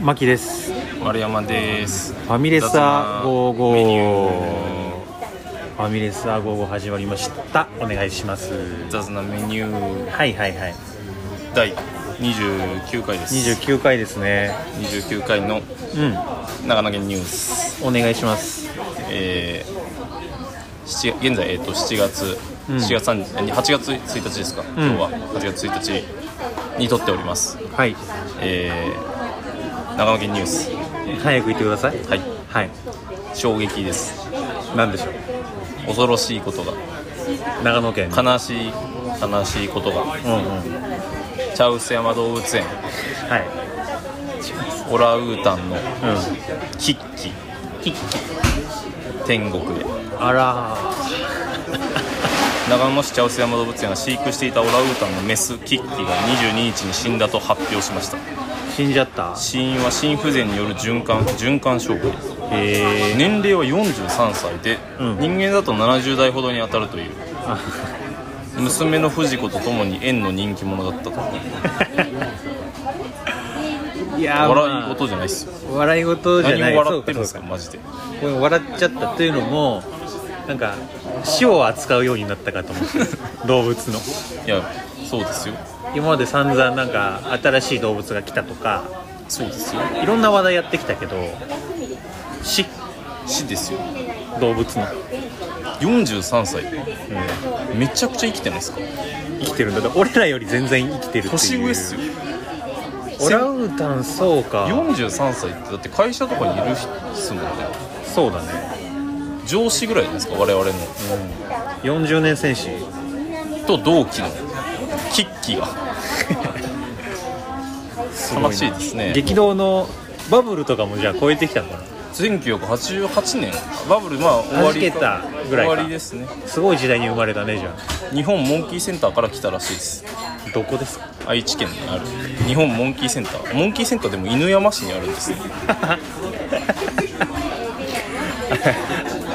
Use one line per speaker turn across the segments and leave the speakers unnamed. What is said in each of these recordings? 牧です
丸山です。
ファミレスア55
メニュ
ファミレスア55始まりましたお願いします
ー。雑なメニュー
はいはいはい
第29回です。
29回ですね
29回
う
の
ん
長野県ニュース。
お願いします
えー、七現在えっ、と7月、
うん
7月3 8月1日ですか。
ん
今日は8月1日に撮っております。
はい
えー、長野県ニュース。
早く言ってください
はい。
はい
衝撃です。
何でしょう
恐ろしいことが
長野県
悲しい悲しいことが
うんうんは
茶臼山動物園
い
オランウータンの
う
キッキキッキ天国へ
んあら
長野市茶臼山動物園は飼育していたオランウータンのメスキッキが22日に死んだと発表しました
ー死んじゃった
死因は心不全による循環循環障害年齢は43歳で、
うん
人間だと70代ほどに当たると いう
あ
娘の藤子とともに縁の人気者だったと
いやー
笑い
ま
事じゃないですよ
あ笑い事じゃ
何
ない
を笑ってるんです
そう
か
か
マジ
そ
で
うかこれ笑っちゃったというのもなんか死を扱うようになったかと思って 動物の
いやそうですよ
今まで散々なんか新しい動物が来たとか
そうですよ
いろんな話題やってきたけど死
死ですよ
動物の
43歳、めちゃくちゃ生きてないですか
生きてるんだだから俺らより全然生きてるっていう
年上っすよ
オランウータンそうか
43歳ってだって会社とかにいるっすもんね
そうだね、
上司ぐらいじゃないですか我々の、
うん、40年戦士
と同期のキッキが
す
悲しいですね
激動のバブルとかもじゃあ超えてきたのかな
1988年バブルまあ終わり
弾けたぐらいか
終わりですね
すごい時代に生まれたねじゃあ
日本モンキーセンターから来たらしいです
どこですか
愛知県にある日本モンキーセンターモンキーセンターでも犬山市にあるんですね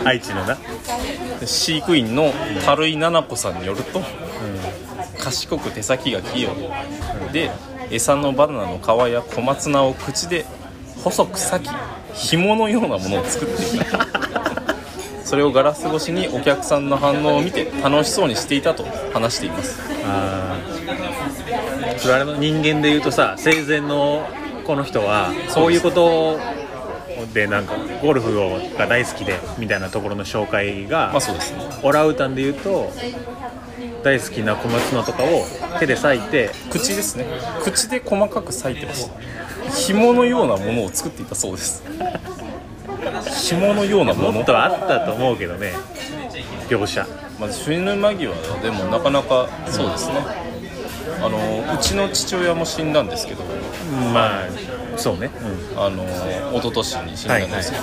愛知のな
で飼育員の樽井奈々子さんによると、賢く手先が器用で餌のバナナの皮や小松菜を口で細く裂き紐のようなものを作っていたそれをガラス越しにお客さんの反応を見て楽しそうにしていたと話しています
あーそれあれの人間で言うとさ生前のこの人はそういうことでなんかゴルフをが大好きでみたいなところの紹介が、
まあそうですね
オラウータンで言うと大好きな小松菜とかを手で裂いて
口ですね口で細かく裂いてました紐のようなものを作っていたそうです紐のようなもの
もっとあったと思うけどね描写
まあ、死ぬ間際はでもなかなかそうですね、あのうちの父親も死んだんですけど
まあそうね、
あの一昨年に死んだんですけ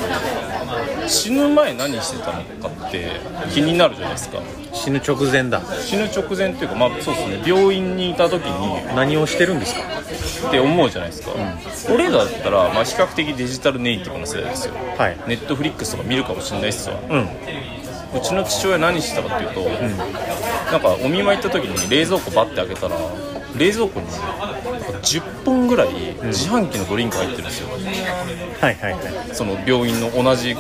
ど、死ぬ前何してたのかって気になるじゃないですか
死ぬ直前だ
死ぬ直前っていうかまあそうですね病院にいた時に
何をしてるんですか
って思うじゃないですか、俺らだったら、まあ、比較的デジタルネイティブな世代ですよ
はい
ネットフリックスとか見るかもしれないっすわ
うん
うちの父親何してたかっていうと、なんかお見舞い行った時に冷蔵庫バッて開けたら冷蔵庫になんか10本ぐらい自販機のドリンク入ってるんですよ、
はいはいはい
その病院の同じ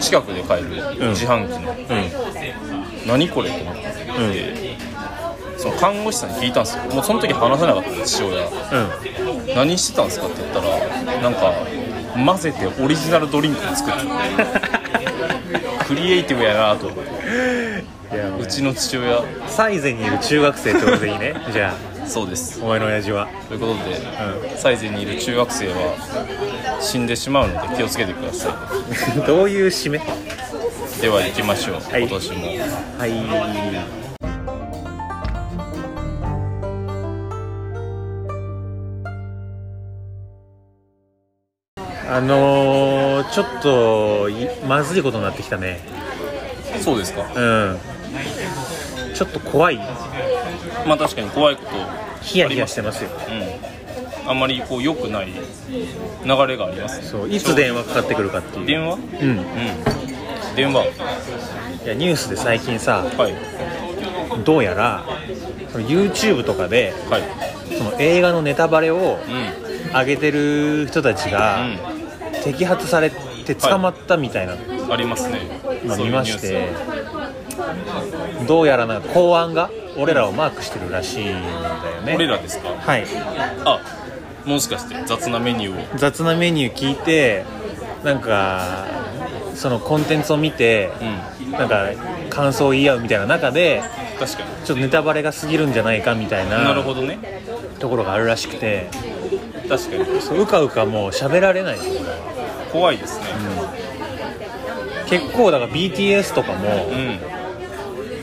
近くで買える
うん
自販機の、何これと思って、その看護師さんに聞いたんですよもうその時話せなかったんです父
う
親
ん
何してたんですかって言ったらなんか混ぜてオリジナルドリンク を作ってたクリエイティブやなと思って
いや
うちの父親
最前にいる中学生ってことでいい ねじゃ
そうです
あお前の親父 は
ということで、最前にいる中学生は死んでしまうので気をつけてくださ
どういう締め
いでは行きましょう、
い
今年も
はいあのー、ちょっといまずいことになってきたね
そうですか
うんちょっと怖い
まあ確かに怖いこと
ヒヤヒヤしてますよ
うんあんまりこう良くない流れがありますね
そういつ電話かかってくるかっていう
電話
うん
うん電話
いやニュースで最近さ
はい
どうやらその YouTube とかで
はい
その映画のネタバレを
うん
上げてる人たちが摘発されて捕まったみたいな
ありますね
の
そ
見
ういう
ま
ニ
し
ュース
てどうやらなんか公安が俺らをマークしてるらしいんだよね
俺らですか
はい
あもしかして雑なメニューを
雑なメニュー聞いてなんかそのコンテンツを見て
うん
なんか感想を言い合うみたいな中で
確かに
ちょっとネタバレが過ぎるんじゃないかみたい
な
な
るほどね
ところがあるらしくて
確かに
そううかうかもう喋られない
怖いですね
結構だから BTS とかも
う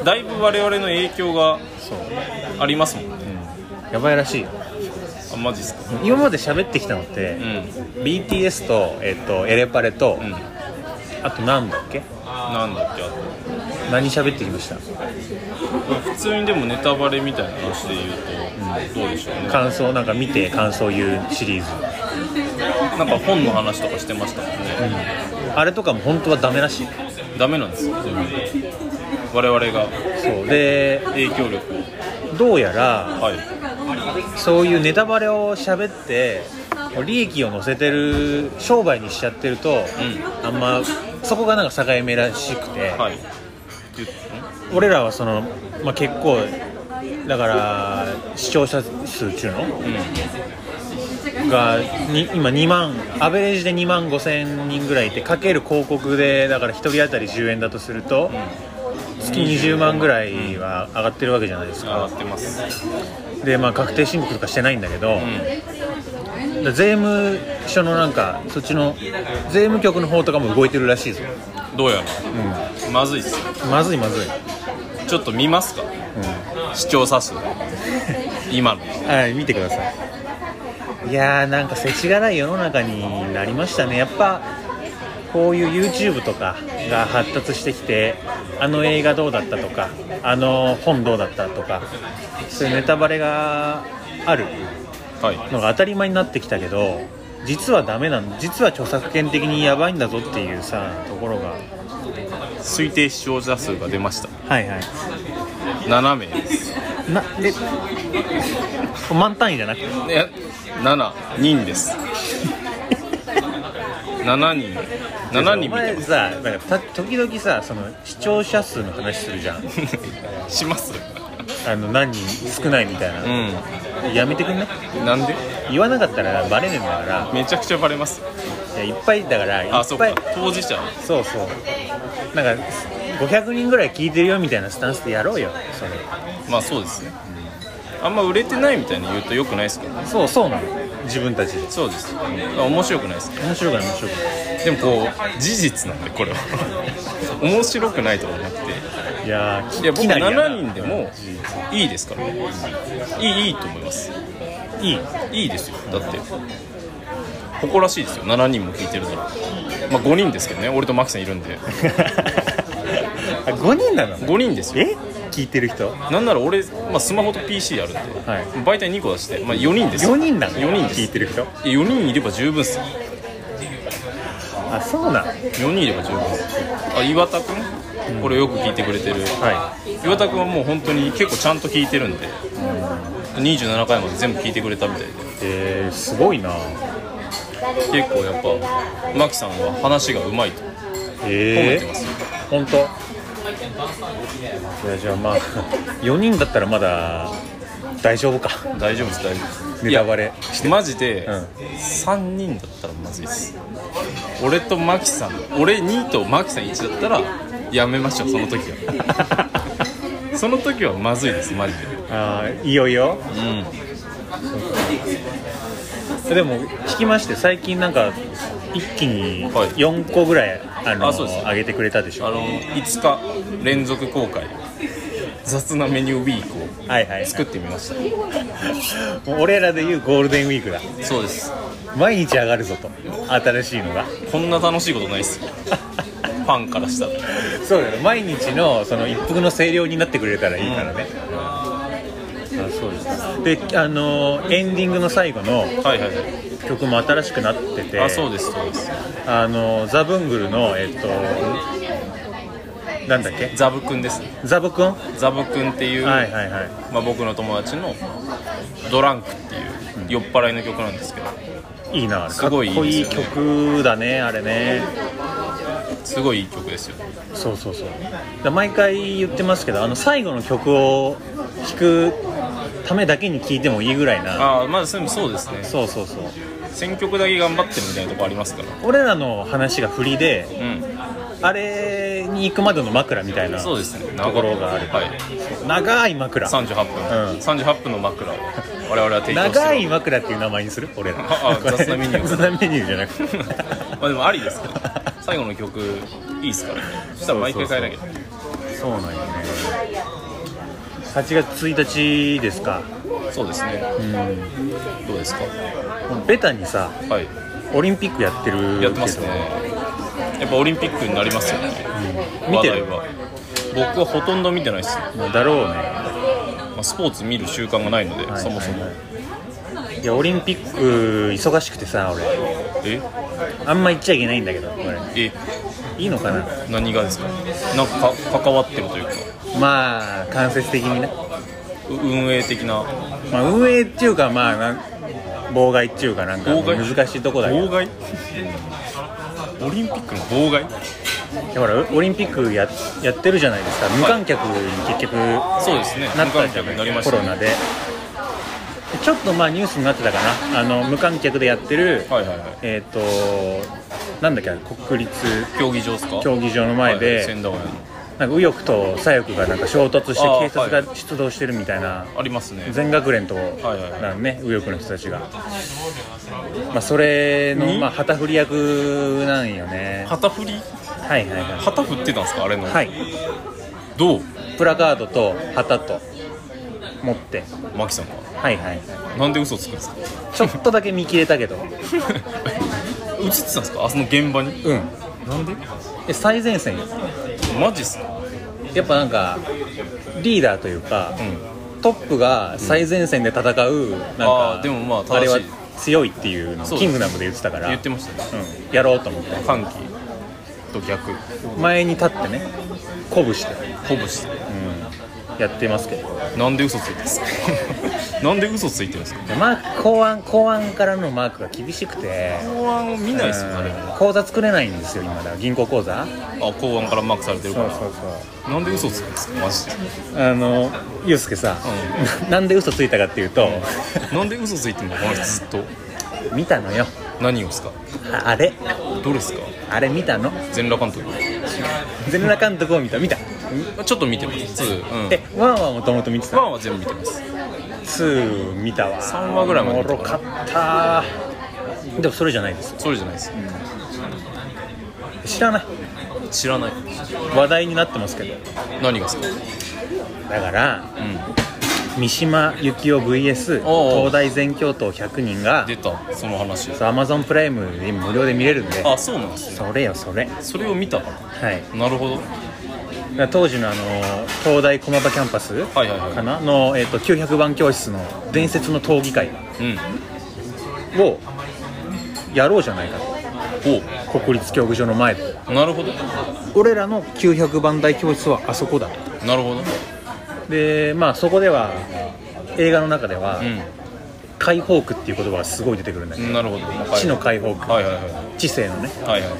んだいぶ我々の影響が
そう、
ありますもんね
やばいらしいよ
あマジっすか
今まで喋ってきたのって
う、ん
BTS と,、えっとエレパレと、
うん
あとなんだっけ
なんだっけあと
何喋ってきました
普通にでもネタバレみたいな話で言うと、どうでしょうねなんか
感想なんか見て感想言うシリーズ
本の話とかしてましたもんね、
あれとかも本当はダメらしい
ダメなんですよ我々が
そうで
影響力を
どうやら
はい
そういうネタバレを喋って利益を乗せてる商売にしちゃってると、あんまそこがなんか境目らしくて、
はい言っ
俺らはその、まあ、結構だから視聴者数中の
うん
がに今2万アベレージで2万5千人ぐらいいてかける広告でだから1人当たり10円だとすると、月20万ぐらいは上がってるわけじゃないです
上が
か
っ、てます
でまあ確定申告とかしてないんだけど、
うん
だから税務署のなんかそっちの税務局の方とかも動いてるらしいぞ、
どうやら
う
まずいっすよ
ん、まずいまずい、
ちょっと見ますか視聴者数今の
うん、はい見てくださいいやーなんか世知辛い世の中になりましたねやっぱこういう YouTube とかが発達してきてあの映画どうだったとかあの本どうだったとかそういうネタバレがある
はい
のが当たり前になってきたけど実はダメなん実は著作権的にやばいんだぞっていうさところが
推定視聴者数が出ました
はいはい
7名です
なで満単位じゃなくて
え7人です7人7人
お
見て
前さなんかた時々さその視聴者数の話するじ ゃん
します
あの何人少ないみたいな、
う
やめてくんない
んなんで
言わなかったらバレねえんだから
めちゃくちゃバレます
いやいっぱいだからいっぱ
あ
い
そ
そうう
か当事者
そうなんか500人ぐらい聞いてるよみたいなスタンスでやろうよそれ
まあそうですねあんま売れてないみたいに言うと良くないですけどね
そうそうなの自分たちで
そうですあ面白くないです
面白くない面白くな
でもこう事実なんでこれは面白くないとかじゃなくて
いいやー
いや僕
なりやな
7人でもいいですからねいいいいと思います
いい
いいですよだって誇らしいですよ7人も聞いてるからまあ5人ですけどね俺とマキさんいるんで
あ5人なの
5人ですよ
え聞いてる人
なんなら俺、まあ、スマホと PC あるんで、
はい
媒体2個出して、まあ、4人ですよ
4人なの
4人です
聞いてる人
いや4人いれば十分っすよ
あそうなの
4人いれば十分っすあ岩田君これよく聞いてくれてる、
は
岩田君はもう本当に結構ちゃんと聞いてるんで、27回まで全部聞いてくれたみたいで
いえー、すごいな
結構やっぱマキさんは話がうまいと褒め
え
てますよ、
ー、本当いやじゃあ まあ4人だったらまだ大丈夫か
大丈夫です大丈夫です
ネタバレ
いやマジで、
うん
3人だったらまずいです俺とマキさん俺2とマキさん1だったらやめましょうその時は その時はまずいですマジで
あーいよいよ
うん
でも聞きまして最近なんか一気に
はい
4個ぐらいあの
あそうです
上げてくれたでし
あ
ょ
の5日連続公開雑なメニューウィーク
はいはい
を作ってみました
もう俺らでいうゴールデンウィークだ
そうです
毎日上がるぞと新しいのが
こんな楽しいことないっす よファンからしたら
そうだよ毎日のその一服の清涼になってくれたらいいからね、あそうですであのエンディングの最後の
はいはいはい
曲も新しくなってて
あそうですそうです
あのザ・ブングルのえっとなんだっけ
ザブくんですね
ザボくんは
ザブくんっていう、
いはいはい
まあ、僕の友達の「ドランク」っていう酔っ払いの曲なんですけど
いいなあれ
すごい
かっこい
い
い
いですよね
曲だねあれね
すごいいい曲ですよ
そうそうそうだ毎回言ってますけどあの最後の曲を聴くためだけに聴いてもいいぐらいな
ああまあそうそうですね
そうそうそう
選曲だけ頑張ってるみたいなとこありますから
俺らの話が振りで
うん
あれに行くまでの枕みたいな
そうですね
ところがある
はい
長い枕
38分、
うん
38分の枕を我々は提供して
長い
ま
枕っていう名前にする俺ら
ああ
これ
雑なメニュ ー
雑なメニューじゃなくて
あでもありですけど最後の曲いいっすからねそしたら毎回変えなきゃ
そうなんよね8月1日ですか
そうですね、どうですか
もうベタにさ
はい
オリンピックやってる
やってます
け
ね
ど
やっぱオリンピックになりますよね、
見て
話題
る
は僕はほとんど見てないですよ、
もうだろうね、
まあ、スポーツ見る習慣がないので、そもそも
はいいやオリンピック忙しくてさ俺
え
あんま言っちゃいけないんだけどこれ
え
いいのかな
何がですかなんかか関わってるというか
まあ間接的にね、
う運営的な
まあ、運営っていうかまあなん妨害っていうかなんか
妨害
難しいとこだけど
妨害オリンピックの妨害
だからオリンピックややってるじゃないですか無観客に結局な
そうですね
ったじゃ
無観客になり
な
ま
い
し
コ
たね
ロナでちょっとまあニュースになってたかなあの無観客でやってる、
はいはいはい
えっ、となんだっけあれ国立
競技場ですか
競技場の前
はいはい
で、
千駄ヶ谷の
なんか右翼と左翼がなんか衝突して
あー
警察
は
が出動してるみたいな
ありますね
全学連と
いはい
なんね右翼の人たちが、まあ、それの
に
まあ旗振り役なんよね
旗振り
はいはいは
旗振ってたんですかあれの、
いはい
どう
プラカードと旗と持って
マキさんは
はいはい
なんで嘘つくんですか
ちょっとだけ見切れたけど
映ってたんですかあその現場に
うん
なんで
え最前線よ
マジっすか
やっぱなんかリーダーというか
う、ん
トップが最前線で戦うなんか、
あーでもまあ正しい
あれは強いっていうのを
そう
キ
です
ングダムで言ってたから
言ってましたね
うん、やろうと思って
歓喜と逆
前に立ってね鼓舞して、
鼓舞して
うん、やってますけど
なんで嘘ついてるんですか なんで嘘ついてるんですか
マーク公安公安からのマークが厳しくて
公安を見ないですよ誰
うん口座作れないんですよ今だから銀行口座
もあ公安からマークされてるから
うそう
なんで嘘つくんですかマジで
あのユうスケさ、なんで嘘ついたかっていうと、
なんで嘘ついてんのこの人ずっと
見たのよ
何をですか
ああれ
どれですか
あれ見たの
全裸監督
ゼネラ監督を見た見た、
ちょっと見てます2うん
えワンはもともと見て
1
た
は全部見てます
ツー見たわ
三話ぐらいまで
お
見
も
た
ろかったでもそれじゃないですよ
それじゃないです
知らない
知らない
話題になってますけど
何がですか
だから
うん
三島由紀夫 VS
おう
東大全教頭100人が
出たその話
アマゾンプライムで無料で見れるんで
あそうなんですね
それよそれ
それを見たから
はい
なるほど
だから当時のあの東大駒場キャンパス
はいはいはい
かなの、えっと900番教室の伝説の討議会
うん
をやろうじゃないか
お
と国立競技場の前で
うなるほど
俺らの900番台教室はあそこだ
なるほど
でまあそこでは映画の中では、
う
解放区っていう言葉がすごい出てくるんだけど、
んなるほどはい
地の解放区
はいはいはい
知性のね
はいはい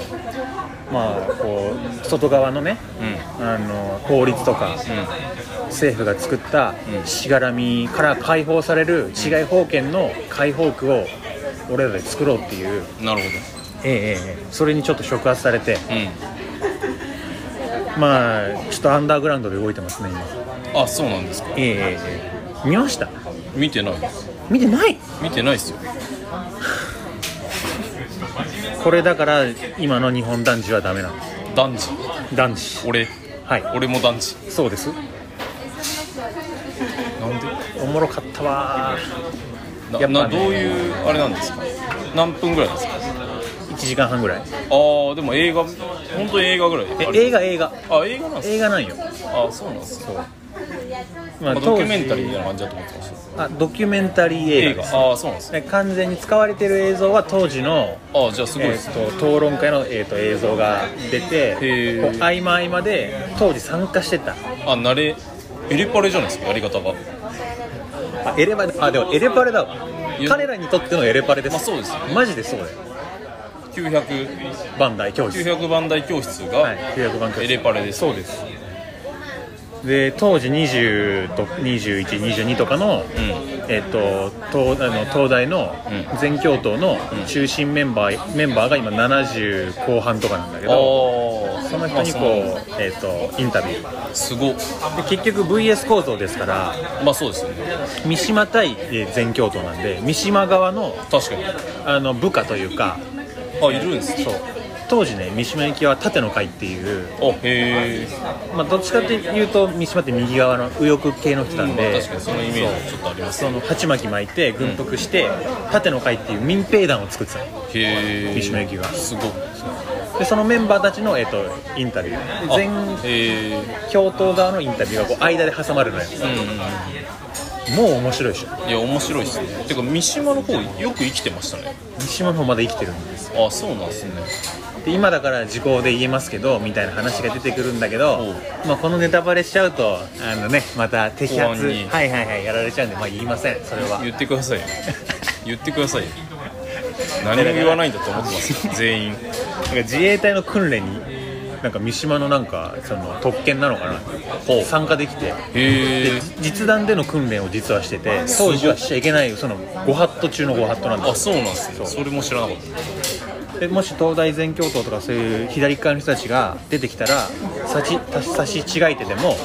まあこう外側のね
うん
あの法律とか政府が作った
うん
しがらみから解放される治外法権の解放区を俺らで作ろうっていう、
うんなる
ええええええそれにちょっと触発されて
ほど
まあちょっとアンダーグラウンドで動いてますね今
うんあそうなんですか
ええええええ見ました
見てない
見てない
見てないっすよ
これだから今の日本男児はダメなんです
男児
男児
俺
はい
俺も男児
そうです
なんで
おもろかったわ
な
やっぱね
などういうあれなんですか何分ぐらいなんですか
1時間半ぐらい
あーでも映画本当に映画ぐらい
え
あれ
映画映画
あ映画なんです
映画なんよ
かあそうなんですか
まあ
ドキュメンタリーみたいな感じだと思ってました
あドキュメンタリー映
映
画です
画ああそうなんですね
で完全に使われてる映像は当時の、
ああじゃあすごい
え
ですね、
ー、と討論会の、えー、と映像が出て
へー
こう合間合間で当時参加してた
あ慣れエレパレじゃないですかやり方が
あエレパレあでもエレパレだわ
いや
彼らにとってのエレパレです、
まあそうですよ
マジでそうだよ
900900
バンダイ教室
番台教室
は
が
い900番教
エ
室
レパレです、そうです
で当時20と2122とかの、えっと東あの東大の
う
全教頭の中心メンバー、メンバーが今70後半とかなんだけど
ああ
その人にこう、えっとインタビュー
うすごっ
で結局 VS 構造ですから
まあそうですよね
三島対えー全教頭なんで三島側の
確かに
あの部下というか
あいるんですね
そう当時ね三島行きは縦の会っていう、
あへえ
まあ、どっちかっていうと三島って右側の右翼系の人なんで、
確かにそのイメージちょっとあります
その鉢巻き巻いて軍服して、盾の会っていう民兵団を作ってたの
へえ
三島由紀が
すごっ
でそのメンバーたちの、えっとインタビュー
あ
全
へえ
教頭側のインタビューがこう間で挟まるのよ
うんうん
も
うん
う面白いでしょ
いや面白いですねてか三島の方よく生きてましたね
三島の方まだ生きてるんです
あそうなんですね
で今だから時効で言えますけどみたいな話が出てくるんだけど
おう、
まあ、このネタバレしちゃうとあのねまた摘
公
発
安に
はいはいはいやられちゃうんで、まあ、言いませんそれは
言ってくださ いよ言ってくださいよ何も言わないんだと思ってま すよ全員
なんか自衛隊の訓練になんか三島のなんかその特権なのかな
ほう
参加できて
へ
で
え
実弾での訓練を実はしてて当時はしちゃいけないそのご法度中のご法度なん
あ
です
そうなんですねそれも知らなかった
でもし東大全教頭とかそういう左側の人たちが出てきたら差し差し違えてでも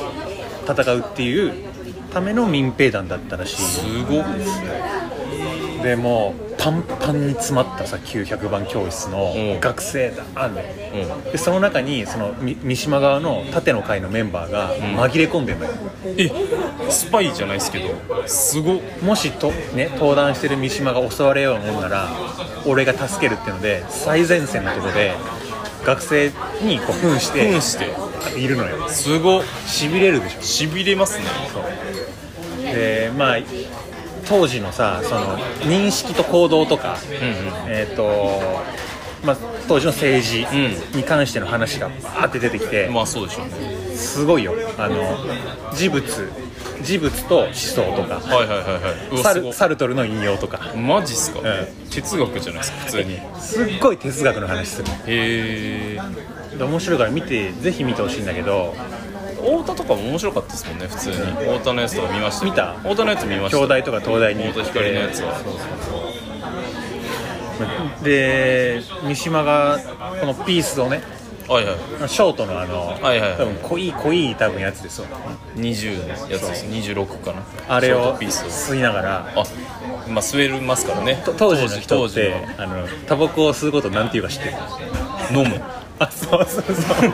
戦うっていうための民兵団だったらしい
すごっ
でもうパンパンに詰まったさ900番教室の
うん
学生団あんのよ
うん
でその中にそのみ三島側の盾の会のメンバーが紛れ込んでるのよ、
えスパイじゃないですけどすごっ
もしと、ね、登壇してる三島が襲われようもんなら俺が助けるっていうので最前線のところで学生にこう扮し
ふ
て
んして
いるのよ
すごっ
しびれるでしょ
しびれますね
でまあ当時のさその認識と行動とか、
うんうん
えーとまあ、当時の政治
う
に関しての話がバーって出てきて、
まあそうでしょうね
すごいよあの事物事物と思想とか
はいはいはいはいう
サ
わすご
ル
っ
サルトルの引用とか
マジっすか、
え
哲学じゃないですか普通にへ
すっごい哲学の話する
え
で面白いから見てぜひ見てほしいんだけど
太田とかも面白かったですもんね普通に太田のやつとか見ました
見た
太田のやつ見ました
京大とか東大に行
太
って
田光のやつは
で三島がこのピースをね
はいはい
ショートのあの、
はいはいはい
多分濃い濃い多分やつですよ
20のやつです26かな
あれ
ショー
を
トピース
吸いながら
あまあ吸えるますからね
と当時の人
当
っ
時
て
の
あのタバコを吸うことなんていうか知ってる
飲む
あそうそうそう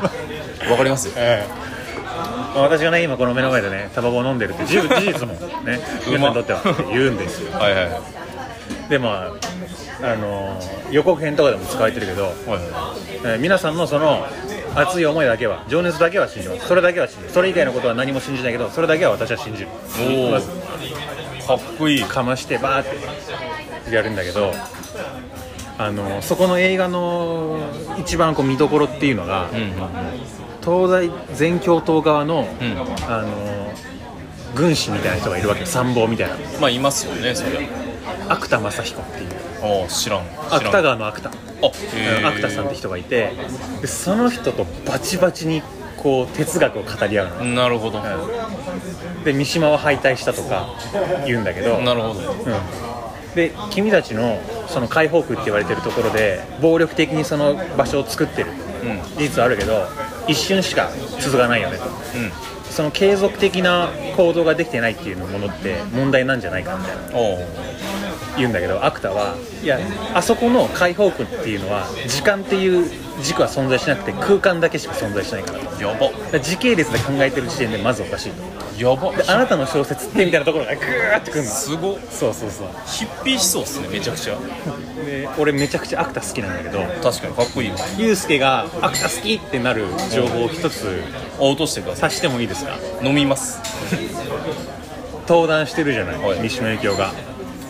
わかります
ええ私がね今この目の前でねタバコを飲んでるって事事実もね 皆さんにとってはって言うんですよ
はいはいはい
でまああの予告編とかでも使われてるけど
は
えー皆さんのその熱い思いだけは情熱だけは信じますそれだけは信じるそれ以外のことは何も信じないけどそれだけは私は信じる
おー
まず
いかっこいい
かましてバーってやるんだけどあのそこの映画の一番こう見どころっていうのが、
うんうん
東大全教頭側の、
うん
あの軍師みたいな人がいるわけよ参謀みたいな
まあいますよねそりゃ
芥田正彦っていう
ああ知らん知らん
芥川の芥田
あへえ
アクタさんって人がいてでその人とバチバチにこう哲学を語り合うの、
なるほどな
うんで三島は敗退したとか言うんだけど、うん、
るほど
で君たちのその解放区って言われてるところで暴力的にその場所を作ってる
うんうん
事実はあるけど一瞬しか続かないよねとその継続的な行動ができてないっていうものって問題なんじゃないかみたいな
おう
言うんだけどアクタはいやあそこの解放区っていうのは時間っていう軸は存在しなくて空間だけしか存在しないからとだか
やば
ら時系列で考えてる時点でまずおかしいと
やば
であなたの小説ってみたいなところがグーってくるの
すごっ
そうそうそう
ヒッピー思想っすねめちゃくちゃ
で俺めちゃくちゃアクタ好きなんだけど
確かにかっこいいわ
ユうスケがアクタ好きってなる情報を一つ
あ落としてくださ
足してもいいですか
い飲みます
登壇してるじゃない、
はい
三島由紀夫が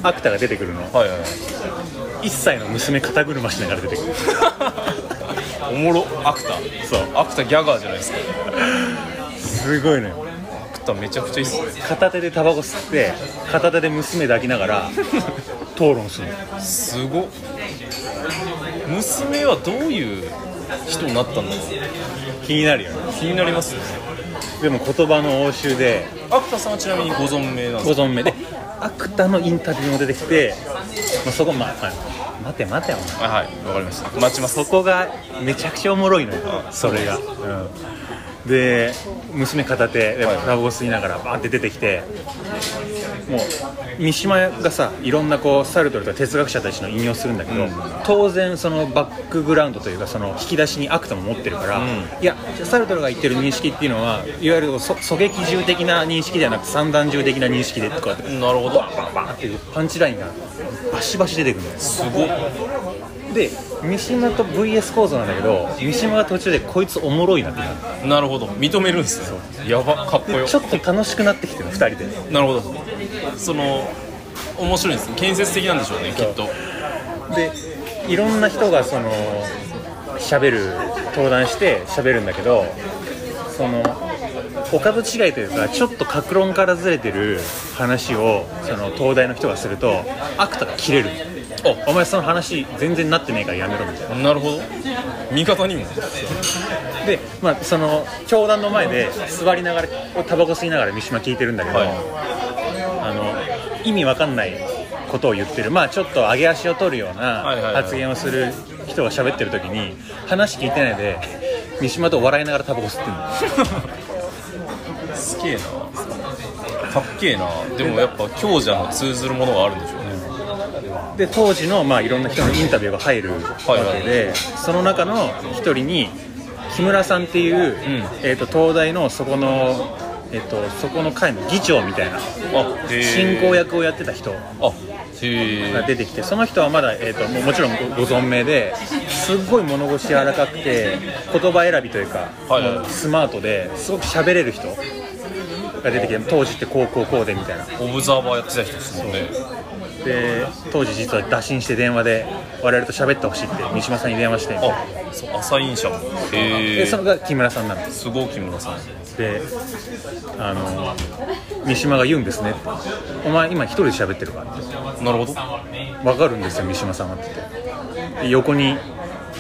アクタが出てくるの
はいはいはい
1歳の娘肩車しながら出てくる
おもろアクタ
そう
アクタギャガーじゃないですか
すごいのよ
アクタめちゃくちゃいいっすね
片手でタバコ吸って片手で娘抱きながら討論する
すごっ娘はどういう人になったんだろう
気になるよね
気になりますね
でも言葉の応酬で
アクタさんはちなみにご存命なん
ご
ですか
存命でアクタのインタビューも出てきて、まあ、そこまあ、まあ待て待てお前
あはいわかりました待ちます
そこがめちゃくちゃおもろいのよそれが、うん、で娘片手で
はい
タバコ吸いながらバーって出てきてもう三島がさいろんなこうサルトルとか哲学者たちの引用するんだけど、
うん
当然そのバックグラウンドというかその引き出しにアクタも持ってるから、
ん
いやサルトルが言ってる認識っていうのはいわゆるそ狙撃銃的な認識ではなく三段銃的な認識でとかって
なるほど
バンバンっていうパンチラインがバシバシ出てくるのよ
すごっ
で三島と VS 構造なんだけど三島が途中でこいつおもろいなってなっ
なるほど認めるんですねやばかっこ
て
よ
ちょっと楽しくなってきてる2人で
なるほどその面白いですね建設的なんでしょうねきっと
でいろんな人がその喋る登壇して喋るんだけどそのお株違いというかちょっと格論からずれてる話をその東大の人がするとアクタが切れるおお前その話全然なってねえからやめろみたいな
なるほど味方にも
で、まあ、その教団の前で座りながらタバコ吸いながら三島聞いてるんだけど、
はい
あの意味わかんないことを言ってるまあちょっと上げ足を取るよう
はいはいは
ない発言をする人が喋ってる時に話聞いてないで三島と笑いながらタバコ吸ってるの
すげえなかっけえなでもやっぱ強者の通ずるものがあるんでしょうね
で当時のまあいろんな人のインタビューが入るわけで、
はい
その中の一人に木村さんっていう、えー、と東大のそこの、えー、とそこの会の議長みたいな
あへえ
進行役をやってた人
あへ
が
え
出てきてその人はまだ、えー、ともうもちろんごご存命ですっごい物腰柔らかくて言葉選びというか、
はいはい
もうスマートですごく喋れる人が出てきて当時ってこうこうこうでみたいな
オブザーバーやってた人ですもんね
で当時実は打診して電話で我々と喋ってほしいって三島さんに電話してみたいな
あそう朝飲者もへ
で
え
それが木村さんなんです
すごい木村さん
であの三島が言うんですねってお前今一人で喋ってるからって
なるほど
わかるんですよ三島さんはって言ってで横に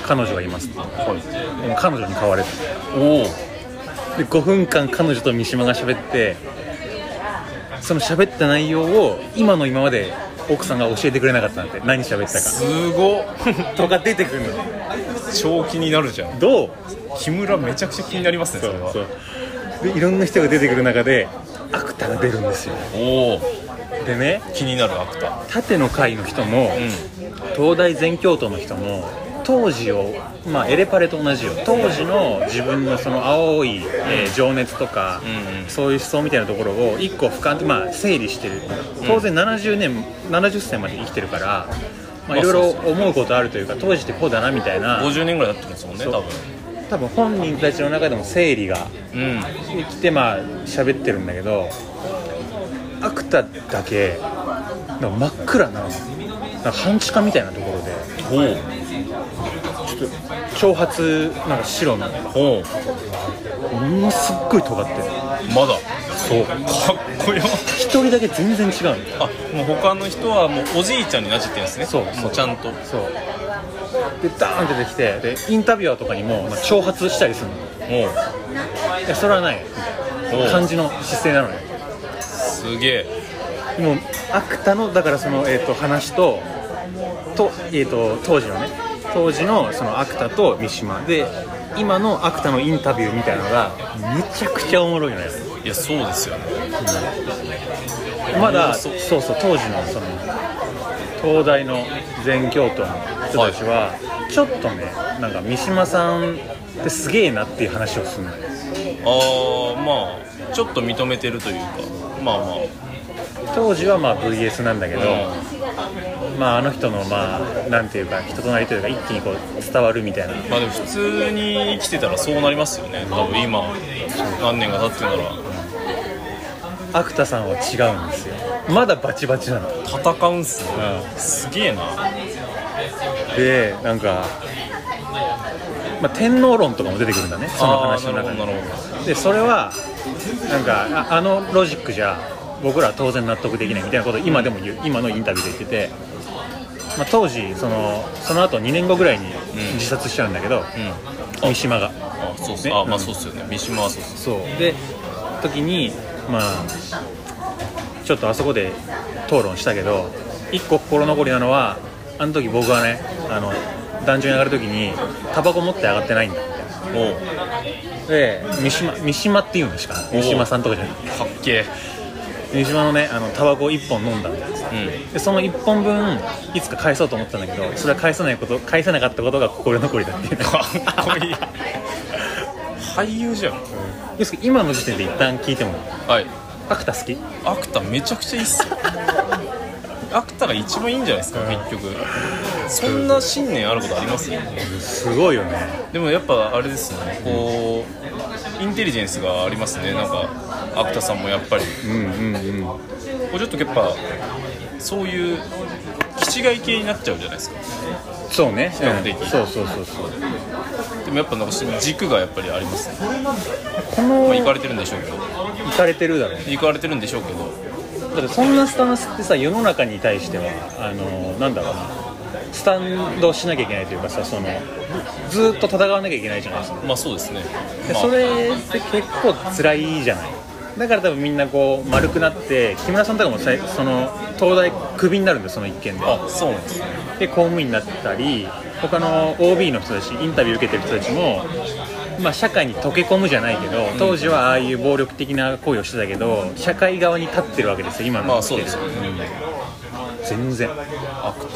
彼女がいますって
はい
でも彼女に買われて
おお
で5分間彼女と三島が喋ってその喋った内容を今の今まで奥さんが教えてくれなかったなんて何喋ったか
すごっ
とか出てくるの
超気になるじゃん
どう
木村めちゃくちゃ気になりますねそれは
うでいろんな人が出てくる中でアクタが出るんですよ
おお
でね
気になるアクタ
縦の会の人も、東大全教頭の人も当時を、まあ、エレパレと同じよ当時の自分のその青い、えー情熱とか、
うんうん
そういう思想みたいなところを一個俯瞰で、まあ、整理してる当然70年70歳まで生きてるから、まあ、
まあ
いろいろ
そう
思うことあるというか当時ってこうだなみたいな
50年ぐらいやってるんですもんね
そう
多分
多分本人たちの中でも整理が
うん
できてまあ喋ってるんだけどアクタだけなんか真っ暗ななんか半地下みたいなところで
ほ
ちょっと長髪なんか白な
うほう
ものすっごい尖ってる
まだそうかっこよ
一人だけ全然違うの
あもう他の人はもうおじいちゃんになっちゃってるんですね
そう
もうちゃんと
そうでダーンって出てきてでインタビュアーとかにも、まあ、挑発したりするの
も
いやそれはない
おう
感じの姿勢なのよ
うすげえ
もうアクタのだからその、えー、と話とと,、えー、と当時のね当時のそのアクタと三島で今のアクタのインタビューみたいなのがめちゃくちゃおもろいのよ
いやそうですよね
まだ
そ
そううそう当時のその東大の全教徒の人たちは、ちょっとねなんか三島さんってすげえなっていう話をするのよ
ああまあちょっと認めてるというかまあまあ
当時はまあ VS なんだけど、
う
まあ、あの人のまあなんていうか人となりというか一気にこう伝わるみたいなん
まあでも普通に生きてたらそうなりますよね多分今何年が経ってなら
芥田さんは違うんですよまだバチバチなの、
戦うんすね
う、
すげえなん
でなんか、まあ、天皇論とかも出てくるんだねその
ああ
話
ー
の
なる
中
ほどな
に
るほ
でそれはなんかああのロジックじゃ僕らは当然納得できないみたいなことを今でも言う今のインタビューで言ってて、まあ、当時そのその後2年後ぐらいに
ん
自殺しちゃうんだけど、
どう
三
ん
島が
あそうっす
ね
あ
う
まあ
ん
そうっすよね三島はそうっす
そうで時にまあちょっとあそこで討論したけど一個心残りなのはあの時僕はねあの壇上に上がる時にタバコ持って上がってないんだ
おう
で三島三島っていうんですか
お
三島さんとかじゃなくて
かっけ
三島のねあのタバコ1本飲んだんだよ
え
でその1本分いつか返そうと思ってたんだけどそれは返さないこと返せなかったことが心残りだっていう
うんかっこいい俳優じゃん
要するに今の時点で一旦聞いても
はい
アクタ好き
アクタめちゃくちゃいいっすよ アクタが一番いいんじゃないですか結局そんな信念あることあります
すごいよね
でもやっぱあれですねこうインテリジェンスがありますねなんかアクタさんもやっぱり
うんうんうん
こうちょっとやっぱそういう気違い系になっちゃうじゃないですか
そうね、
較的
うんそうそうそうそう
でもやっぱなんか軸がやっぱりありますね
こ
ま
の
あ行か
い
れてるんでしょうけど
かれてるだろうね
行かれてるんでしょうけど
だってそんなスタンスってさ世の中に対してはあのなんだろうなスタンドしなきゃいけないというかさそのずーっと戦わなきゃいけないじゃないですか
まあそうですね
で
まあ
それって結構辛いじゃないだから多分みんなこう丸くなって木村さんとかもさその東大クビになるんだよその一件で
あそうなんですね
で公務員になったり他の OB の人たちインタビュー受けてる人たちも、まあ、社会に溶け込むじゃないけど当時はああいう暴力的な行為をしてたけど社会側に立ってるわけですよ今の
まあそうですよね、
全然
アク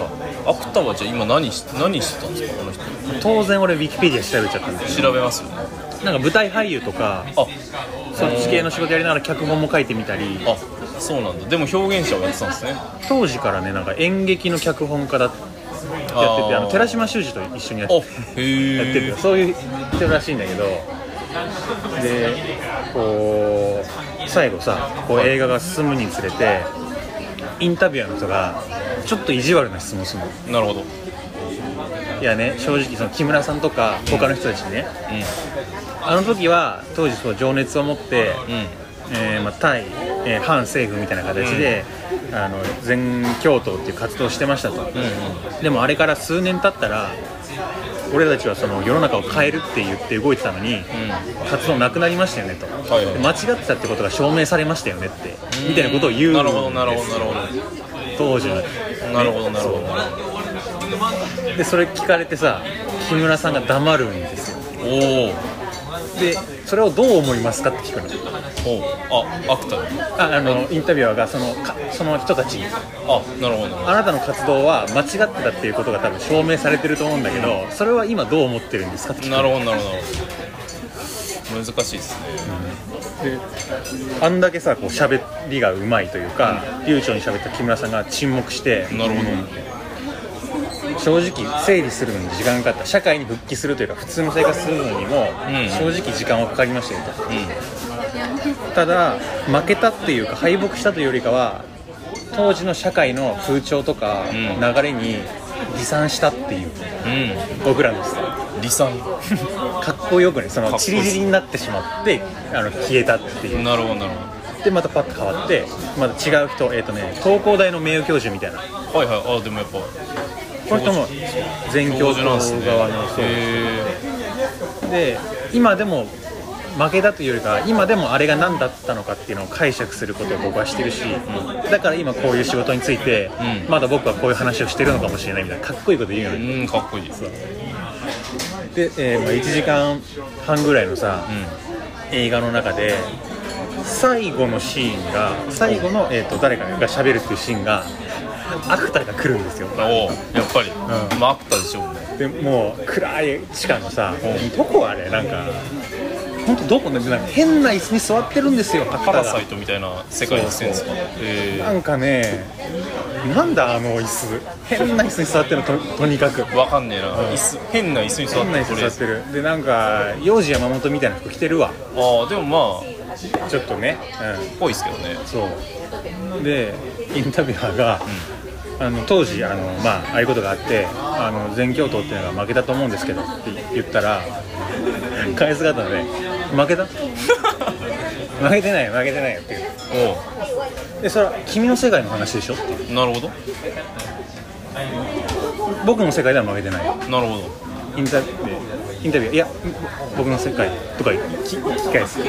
タアクタはじゃあ今何し何してたんですかこの人
当然俺ウィキペディア調べちゃったんですよ
調べますよね
なんか舞台俳優とか
あ
そっち系の仕事やりながら脚本も書いてみたり
あそうなんだでも表現者をやってたんですね
当時からねなんか演劇の脚本家だって
やって
やっててあの寺島修司と一緒にやっ
あ
てて
へ
やってる
え
よそういう人らしいんだけどでこう最後さこう映画が進むにつれてインタビュアーの人がちょっと意地悪な質問するの
なるほど
いやね正直その木村さんとか他の人たちにね
う
あの時は当時そう情熱を持って、
んうん
えーまあ、対、えー反政府みたいな形で、あの全共闘っていう活動をしてましたと、でもあれから数年経ったら俺たちはその世の中を変えるって言って動いてたのに、活動なくなりましたよねと、
いはい
で間違ってたってことが証明されましたよねってみたいなことを言うんです
なるほどなるほどなるほ
当時の
どなるほどなるほどなる
でそれ聞かれてさ木村さんが黙るんですよ
ほどおー
でそれをどう思いますかって聞くの
おーあアクタだ
ああのインタビュアーがそのかその人たちに
あなるほどなるほ
あなたの活動は間違ってたっていうことが多分証明されてると思うんだけどそれは今どう思ってるんですかって聞
ど
く
なるほどなるほど難しいですね
であんだけさこう喋りがうまいというか、流暢に喋った木村さんが沈黙して
なるほど
正直整理するのに時間がかかった社会に復帰するというか普通の生活するのにも
うん
正直時間はかかりましたよと、
うん
ただ負けたっていうか敗北したというよりかは当時の社会の風潮とか
ん
流れに離散したっていう
う
僕らの
ん離散
かっこよくねその
かっこい
チ
い
リチリになってしまってあの消えたっていう
なるほどなる
でまたパッと変わってまた違う人えっ、とね東工大の名誉教授みたいな
ほどはいはいあでもやっぱ
この人も全教
教授
頭
なんですね
側のそう
へ
で今でも負けたというよりかは今でもあれが何だったのかっていうのを解釈することを僕はしてるし、だから今こういう仕事について、
うん
まだ僕はこういう話をしてるのかもしれないみたいなかっこいいこと言うよね、
えうんかっこいいですうん
で、えーまあ、1時間半ぐらいのさ、映画の中で最後のシーンが最後の、えー、と誰かが喋るっていうシーンがアクタが来るんですよ
おおやっぱり
ん
まあアクタでしょうね
でもう暗い地下のさ
うん
どこあれなんか本当どこねなんか変な椅子に座ってるんですよ
パ
パ
ラサイトみたいな世界にしてるんですかえ
なんかねなんだあの椅子変な椅子に座ってるのととにかく
ーわかんねえな椅子変な椅子に座っ
変な
て
椅子
ると
に
りあ
座
え
って
ず
るでなんか幼児山本みたいな服着てるわ
ああでもまあ
ちょっとねうん
ぽいですけどね
そうでインタビュアーが、あの当時あの、まあ、ああいうことがあってあの全教頭っていうのが負けたと思うんですけどって言ったら返す方で「負けた負けてない負けてないよ」っていう
お
でそれは君の世界の話でしょっていう
うなるほど
僕の世界では負けてないよ
なるほど
インタビューインタビューいや僕の世界とか言うき聞き返すで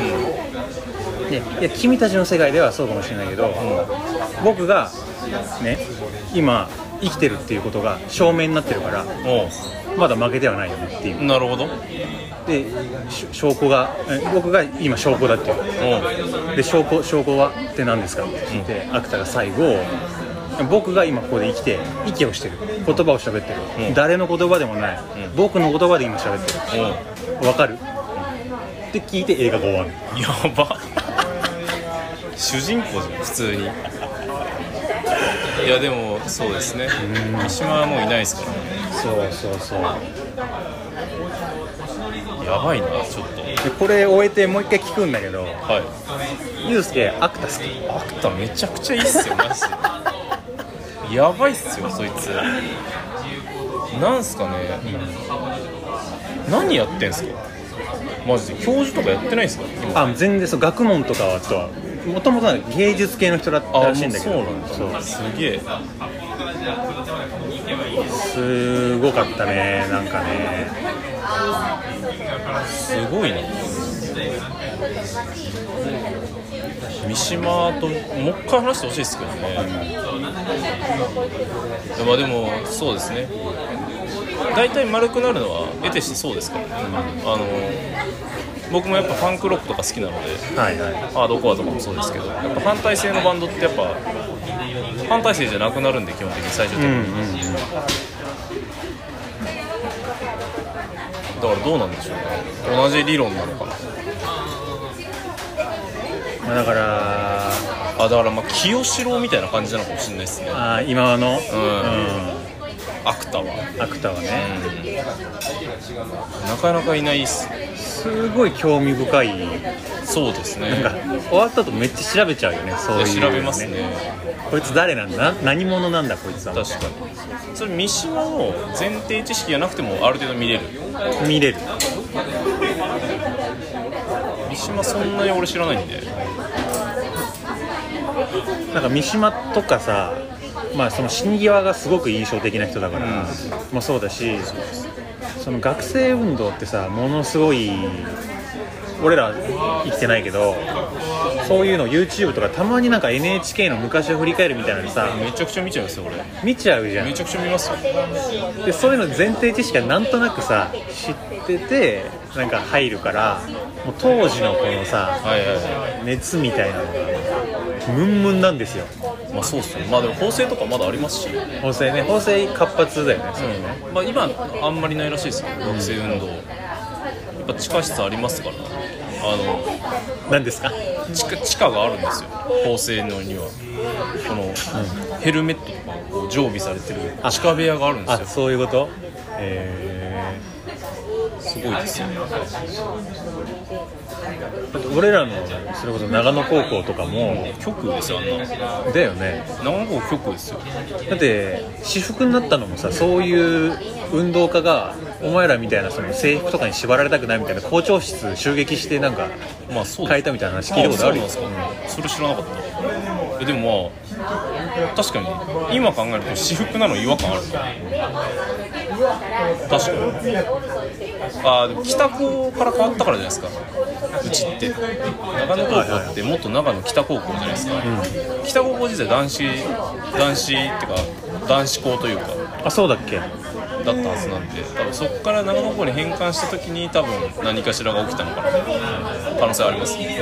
いや君たちの世界ではそうかもしれないけど、僕がね今生きてるっていうことが証明になってるから
お
まだ負けてはないよねっていう
うなるほど
でし証拠がえ僕が今証拠だっていう
おう
で証拠証拠はって何ですかって聞いて、芥が最後僕が今ここで生きて息をしてる言葉を喋ってる、
うん
誰の言葉でもない、
うん
僕の言葉で今喋ってる
おう
わかる、って聞いて映画が終わる
やば主人公じゃん普通にいやでもそうですね三島はもういないですからね
そうそうそう
やばいなちょっと
でこれ終えてもう一回聞くんだけど
はい
ユうスケアクタ好き
アクタめちゃくちゃいいっすよマジでやばいっすよそいつなんすかね、何やってんすかマジで教授とかやってないんすか今
あ全然そう学問とかはとはもともと芸術系の人だったらしいんだけど
もうそうなんだすげえ
そうすごかったねなんかね
すごいな三島ともう一回話してほしいですけどね、まあでもそうですね大体丸くなるのは得てしてそうですから、ねあの僕もやっぱファンクロックとか好きなので
はいはい
ハードコアとかもそうですけどやっぱ反対性のバンドってやっぱ反対性じゃなくなるんで基本的に最初的
うん
に、
うん
だからどうなんでしょうね同じ理論なのかな
まあだから
あだからまあ清志郎みたいな感じなのかもしれないですね
あー今の、
アクタは、
うん、アクタはね
なかなかいないっす
すごい興味深い
そうですね
なんか終わった後めっちゃ調べちゃうよねそういうの、
調べますね
こいつ誰なんだな何者なんだこいつは
確かにそれ三島の前提知識がなくてもある程度見れる
見れる
三島そんなに俺知らないんで
なんか三島とかさまあその死に際がすごく印象的な人だから、もそうだしその学生運動ってさものすごい俺ら生きてないけどそういうの YouTube とかたまになんか NHK の昔を振り返るみたいなのさ
めちゃくちゃ見ちゃうんですよ俺
見ちゃうじゃん
めちゃくちゃ見ますよ
でそういうの前提知識はなんとなくさ知っててなんか入るからもう当時のこのさ
はいはいは
熱みたいなのがムンムンなんですよ
いまあそうっすねまあでも法制とかまだありますし、う
法政ね法政活発だよねそういうんね
まあ、今あんまりないらしいですけど学生運動やっぱ地下室ありますからあの
何ですか
地下地下があるんですよ法制のにはこの、ヘルメットとかがこう常備されてる
あ
地下部屋があるんで
あ
すよ
そういうことえ
すごいですよ
ーだって俺らのそれこそ長野高校とかも
極右ですよあんな
だよね
長野校極右ですよ
だって私服になったのもさそういう運動家がお前らみたいなその制服とかに縛られたくないみたいな校長室襲撃してなんか
まあそうです
変えたみたいな話聞いたことあるよ
あそうなんですか、それ知らなかったえでもまあ確かに今考えると私服なの違和感あるな確かにあーでも北高から変わったからじゃないですかうちって長野高校って元長野北高校じゃないですか、北高校時代男子男子っていうか男子校というか
あそうだっけ
だったはずなんで多分そこから長野高校に返還した時に多分何かしらが起きたのかな可能性ありますね
い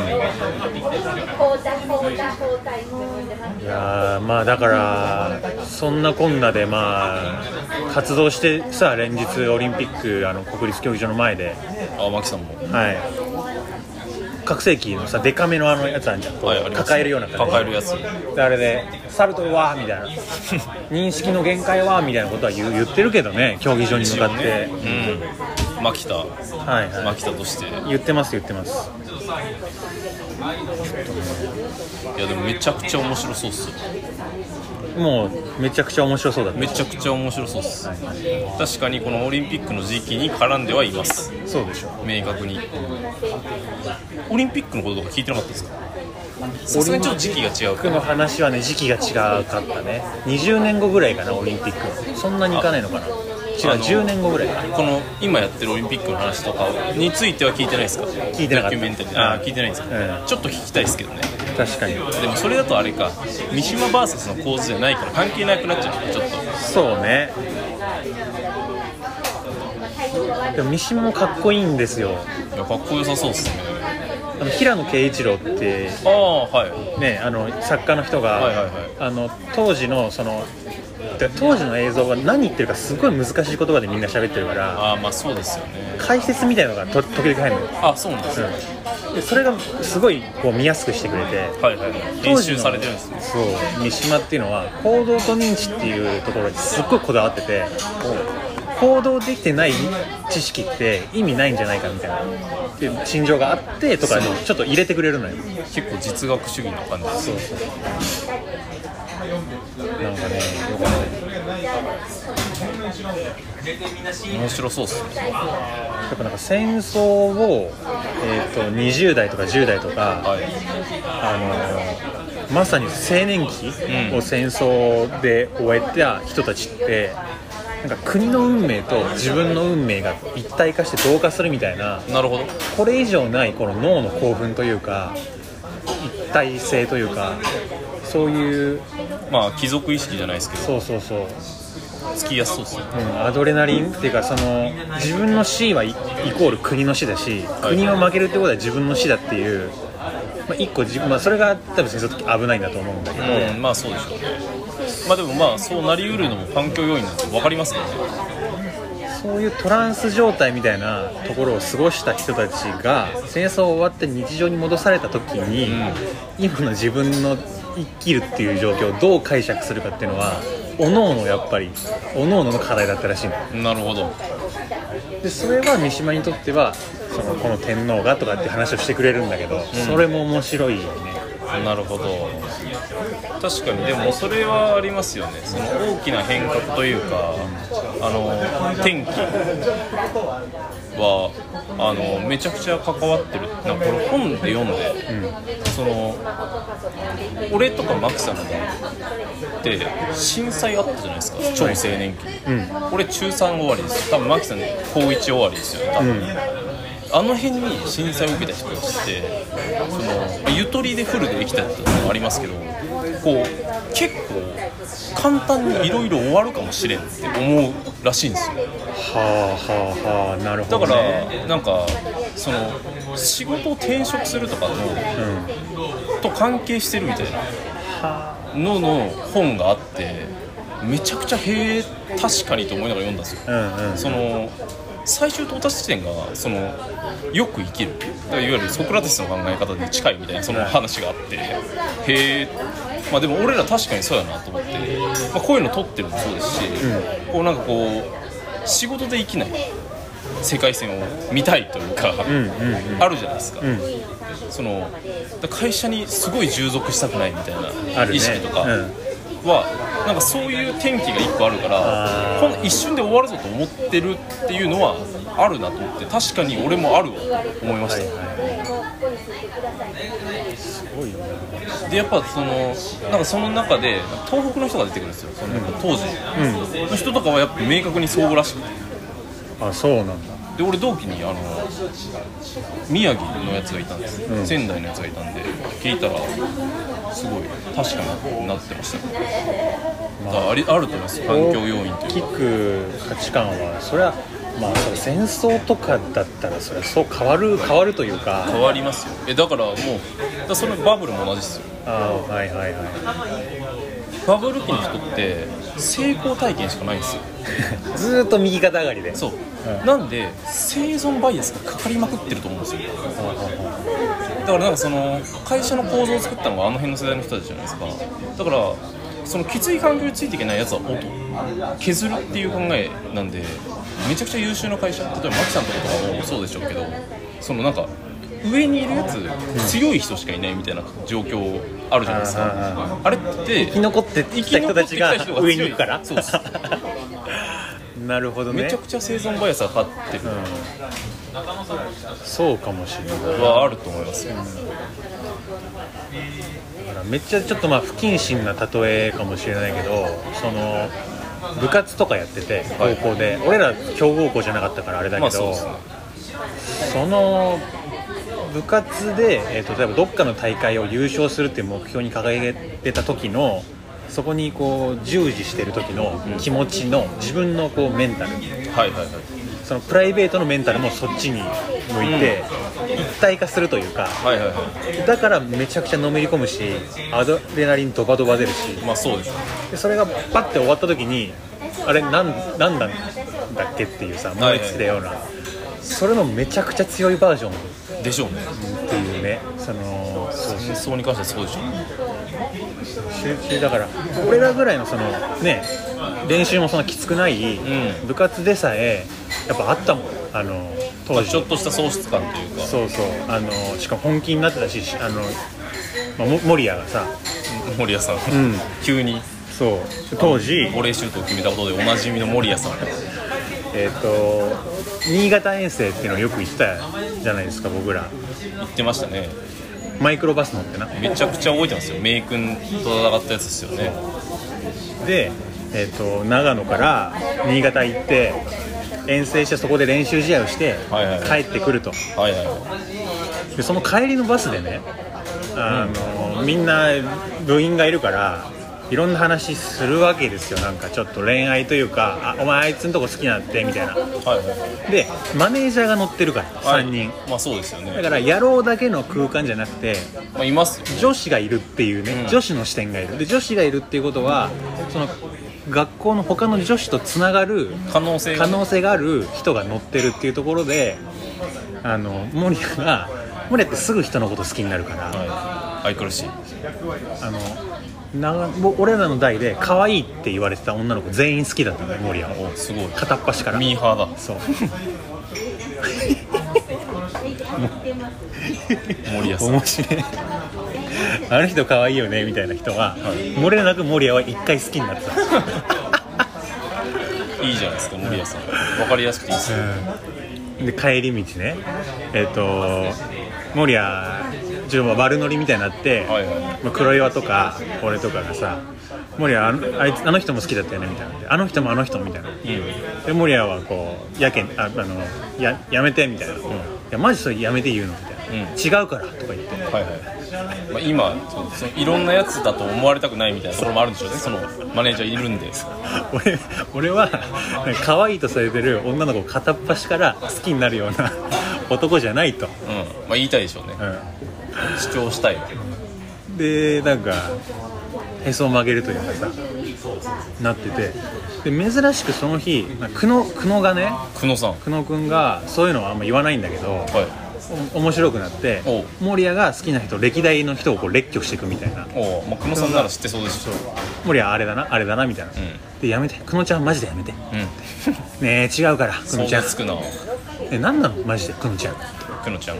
やーまあだからそんなこんなでまあ活動してさ連日オリンピックあの国立競技場の前で
あ、マキさんも。
はい拡声器のさデカめのあのやつあんじゃん、
はいあります
抱えるような感じ
抱えるやつ
であれで「サルトは」みたい な認識の限界はみたいなことは言う言ってるけどね競技場に向かって、
うん牧田
はいはい、
牧田としてい
言ってます言ってます
やでもめちゃくちゃ面白そうっすよ
もうめちゃくちゃ面白そうだった
めちゃくちゃ面白そうっす
はいはい
確かにこのオリンピックの時期に絡んではいます
そうでしょ
明確にオリンピックのこととか聞いてなかったですかさすがにちょっと時期が違う
僕の話はね時期が違かったね20年後ぐらいかなオリンピックはそんなにいかないのかな違う
あの
10年後ぐらいか
この今やってるオリンピックの話とかについては聞いてないですか聞
いてなかった
ドキュメンタリーあー聞いてないんですか、
う
ちょっと聞きたいですけどね
確かに
でもそれだとあれか三島 VS の構図じゃないから関係なくなっちゃうねちょっと
そうねでも三島もかっこいいんですよ
いやかっこよさそうっすね
あの平野啓一郎って
ああはい
ねあの作家の人が、
はいはいはい
あの当時のそのてか当時の映像が何言ってるかすごい難しい言葉でみんな喋ってるから
ああまあそうですよね
解説みたいなのがと時々入るのよ、
あそうなんですね、
うん、でそれがすごいこう見やすくしてくれて
はいはいはい練習されてるんですね
そう三島っていうのは行動と認知っていうところにすっごいこだわってて行動できてない知識って意味ないんじゃないかみたいなっていう心情があってとかでちょっと入れてくれるのよ
結構実学主義な感じです
そうそうなんかねよかったね
面白そうっすね
やっぱなんか戦争を、えー、と20代とか10代とか、
はい
あのまさに青年期
うん
を戦争で終えた人たちって、なんか国の運命と自分の運命が一体化して同化するみたいな
なるほど
これ以上ないこの脳の興奮というか一体性というかそういう
まあ貴族意識じゃないですけど
そうそうそう、
つきやすそうっすね
うん、アドレナリンっていうかその自分の死はイイコール国の死だし
い
国を負けるってことは自分の死だっていう、まあ、一個自分、まあ、それが多分戦争の時危ないんだと思うんだけど。
うんまあそうでしょうねまあでもまあそうなりうるのも環境要因なんて分かりますからね
そういうトランス状態みたいなところを過ごした人たちが戦争終わって日常に戻された時に、今の自分の生きるっていう状況をどう解釈するかっていうのは各々やっぱり各々の課題だったらしいの
なるほど
でそれは三島にとってはそのこの天皇がとかって話をしてくれるんだけど、それも面白いよね
なるほど確かにでもそれはありますよねその大きな変革というかあの天気はあのめちゃくちゃ関わってるなんかこれ本で読んで、その俺とかマクさんのって震災あったじゃないですか超青年期、
うん
俺中3終わりです多分マキさん高1終わりですよね多分、あの辺に震災を受けた人たちってそのゆとりでフルで生きたってのもありますけどこう結構簡単にいろいろ終わるかもしれんって思うらしいんですよ
はあはあはあなる
だ
ほ
か
ど、
ら、
ね、
なんかその仕事を転職するとかの、と関係してるみたいなのの本があってめちゃくちゃへえ確かにと思いながら読んだんですよ
うんうんうん
その最終到達地点がそのよく生きるだからいわゆるソクラテスの考え方に近いみたいなその話があってへえまあでも俺ら確かにそうやなと思って、まあ、こういうの撮ってるのもそうですし、こうなんかこう仕事で生きない世界線を見たいというか、
うんうん
あるじゃないですか、
ん
そのだから会社にすごい従属したくないみたい
あ
な
るね
意識とか
う
は、なんかそういう天気が1個あるから
あー
この一瞬で終わるぞと思ってるっていうのはあるなと思って確かに俺もあるわと思いました、でやっぱそのなんかその中で東北の人が出てくるんですよそのやっぱ当時の人とかはやっぱ明確にそうらしくて
あそうなんだ
で俺同期にあの宮城のやつがいたんです、仙台のやつがいたんで聞いたらすごい確かになってましたね、だからありあると思います環境要因
大
という
き
か
く価値観はそれはまあそれ戦争とかだったらそれはそう変わる変わるというか
変わりますよえだからもうだからそれバブルも同じですよ
ああはいはいはい
バブル期の人って成功体験しかないんですよず
ずーっと右肩上がりで
そう、
うん
なんで生存バイアスがかかりまくってると思うんですよだからなんかその会社の構造を作ったのがあの辺の世代の人たちじゃないですかだからそのきつい環境についていけないやつは音削るっていう考えなんでめちゃくちゃ優秀な会社例えばマキさんとかとかもそうでしょうけどそのなんか上にいるやつ強い人しかいないみたいな状況あるじゃないです
あーあ
かあれって
生き残ってきた人たちが
生き残ってきた人が強い
上に行くから
そうっす
なるほどね
めちゃくちゃ生存バイアスがかかってる
そうかもしれない
はあると思いますよ
だからめっちゃちょっとまあ不謹慎な例えかもしれないけどその部活とかやってて
はい
高校で、俺ら強豪校じゃなかったからあれだけど、
まあそうですね
その部活で、えー、と例えばどっかの大会を優勝するっていう目標に掲げてた時のそこにこう従事してる時の気持ちの自分のこうメンタル
はいはいはい
そのプライベートのメンタルもそっちに向いて一体化するというか
はいはいは
だからめちゃくちゃのめり込むしアドレナリンドバドバ出るし
いまあそうですね
でそれがパッて終わった時にあれなんなんだだっけっていうさ燃え尽きたような、それのめちゃくちゃ強いバージョンっ
でしょうね
ていうねそのそう
戦争に関してはそうでしょうね
集中だから俺らぐらいのそのね練習もそんなきつくない、
うん
部活でさえやっぱあったもんあの当時
ちょっとした喪失感というか
そうそうあのしかも本気になってたししあの、まあ、も守屋がさ
森谷さん、
ん
急に
そう当時
ボレーシュートを決めたことでおなじみの森谷さん
えっ、と新潟遠征っていうのをよく行ってたじゃないですか僕ら
言ってましたね
マイクロバス乗ってな
めちゃくちゃ覚えてますよメイ君と戦ったやつですよね
で、えっと長野から新潟行って遠征してそこで練習試合をして
はいはいは
帰ってくると
はいはいは
でその帰りのバスでねあの、みんな部員がいるからいろんな話するわけですよなんかちょっと恋愛というか「あお前あいつのとこ好きなんだって」みたいない
はいは
でマネージャーが乗ってるから
い
3人、
はいまあそうですよ
だ
ね
から野郎だけの空間じゃなくて
まあいますよ
女子がいるっていうね、
うん
女子の視点がいるで女子がいるっていうことはその学校の他の女子とつながる
可能性が
可能性がある人が乗ってるっていうところであの森谷が森谷ってすぐ人のこと好きになるから、
はい愛くるしい
あの長ぼ俺らの代で可愛いって言われてた女の子全員好きだったのよ森谷を
おすごい
片っ端から
ミーハーだ
そう
森谷さん
面白いあの人可愛いよねみたいな人は、漏れなく森谷は一回好きになってたんですよ
いいじゃないですか森谷さんわかりやすくていいですよ
で帰り道ねえっ、と守谷ちょっと悪乗りみたいになって、
はいは
まあ黒岩とか俺とかがさ守谷あのあいつあの人も好きだったよねみたいなあの人もあの人もみたいな
うん
で守谷はこうやけんああのややめてみたいな、いやマジそれやめて言うのみたいな、違うからとか言って
はいはい、まあ、今そうそのいろんなやつだと思われたくないみたいなところもあるんでしょうねそのマネージャーいるんで
俺俺はなんか可愛いとされてる女の子を片っ端から好きになるような男じゃないと、
うんまあ言いたいでしょうね
う
主張したい
ん、でなんかへそを曲げるというかさなっててで珍しくその日なんか久野久野がね
久野さん
久野君がそういうのはあんま言わないんだけど
はい
お面白くなって
おう
守谷が好きな人歴代の人をこう列挙していくみたいな
おう、まあ、久野さんなら知ってそうでしょう
守谷あれだなあれだなみたいな、
ん
でやめて久野ちゃんマジでやめて
うん
ねえ違うから久
想
野ちゃ
像
ん
つくな
え何なのマジで久野ちゃん
久野ちゃん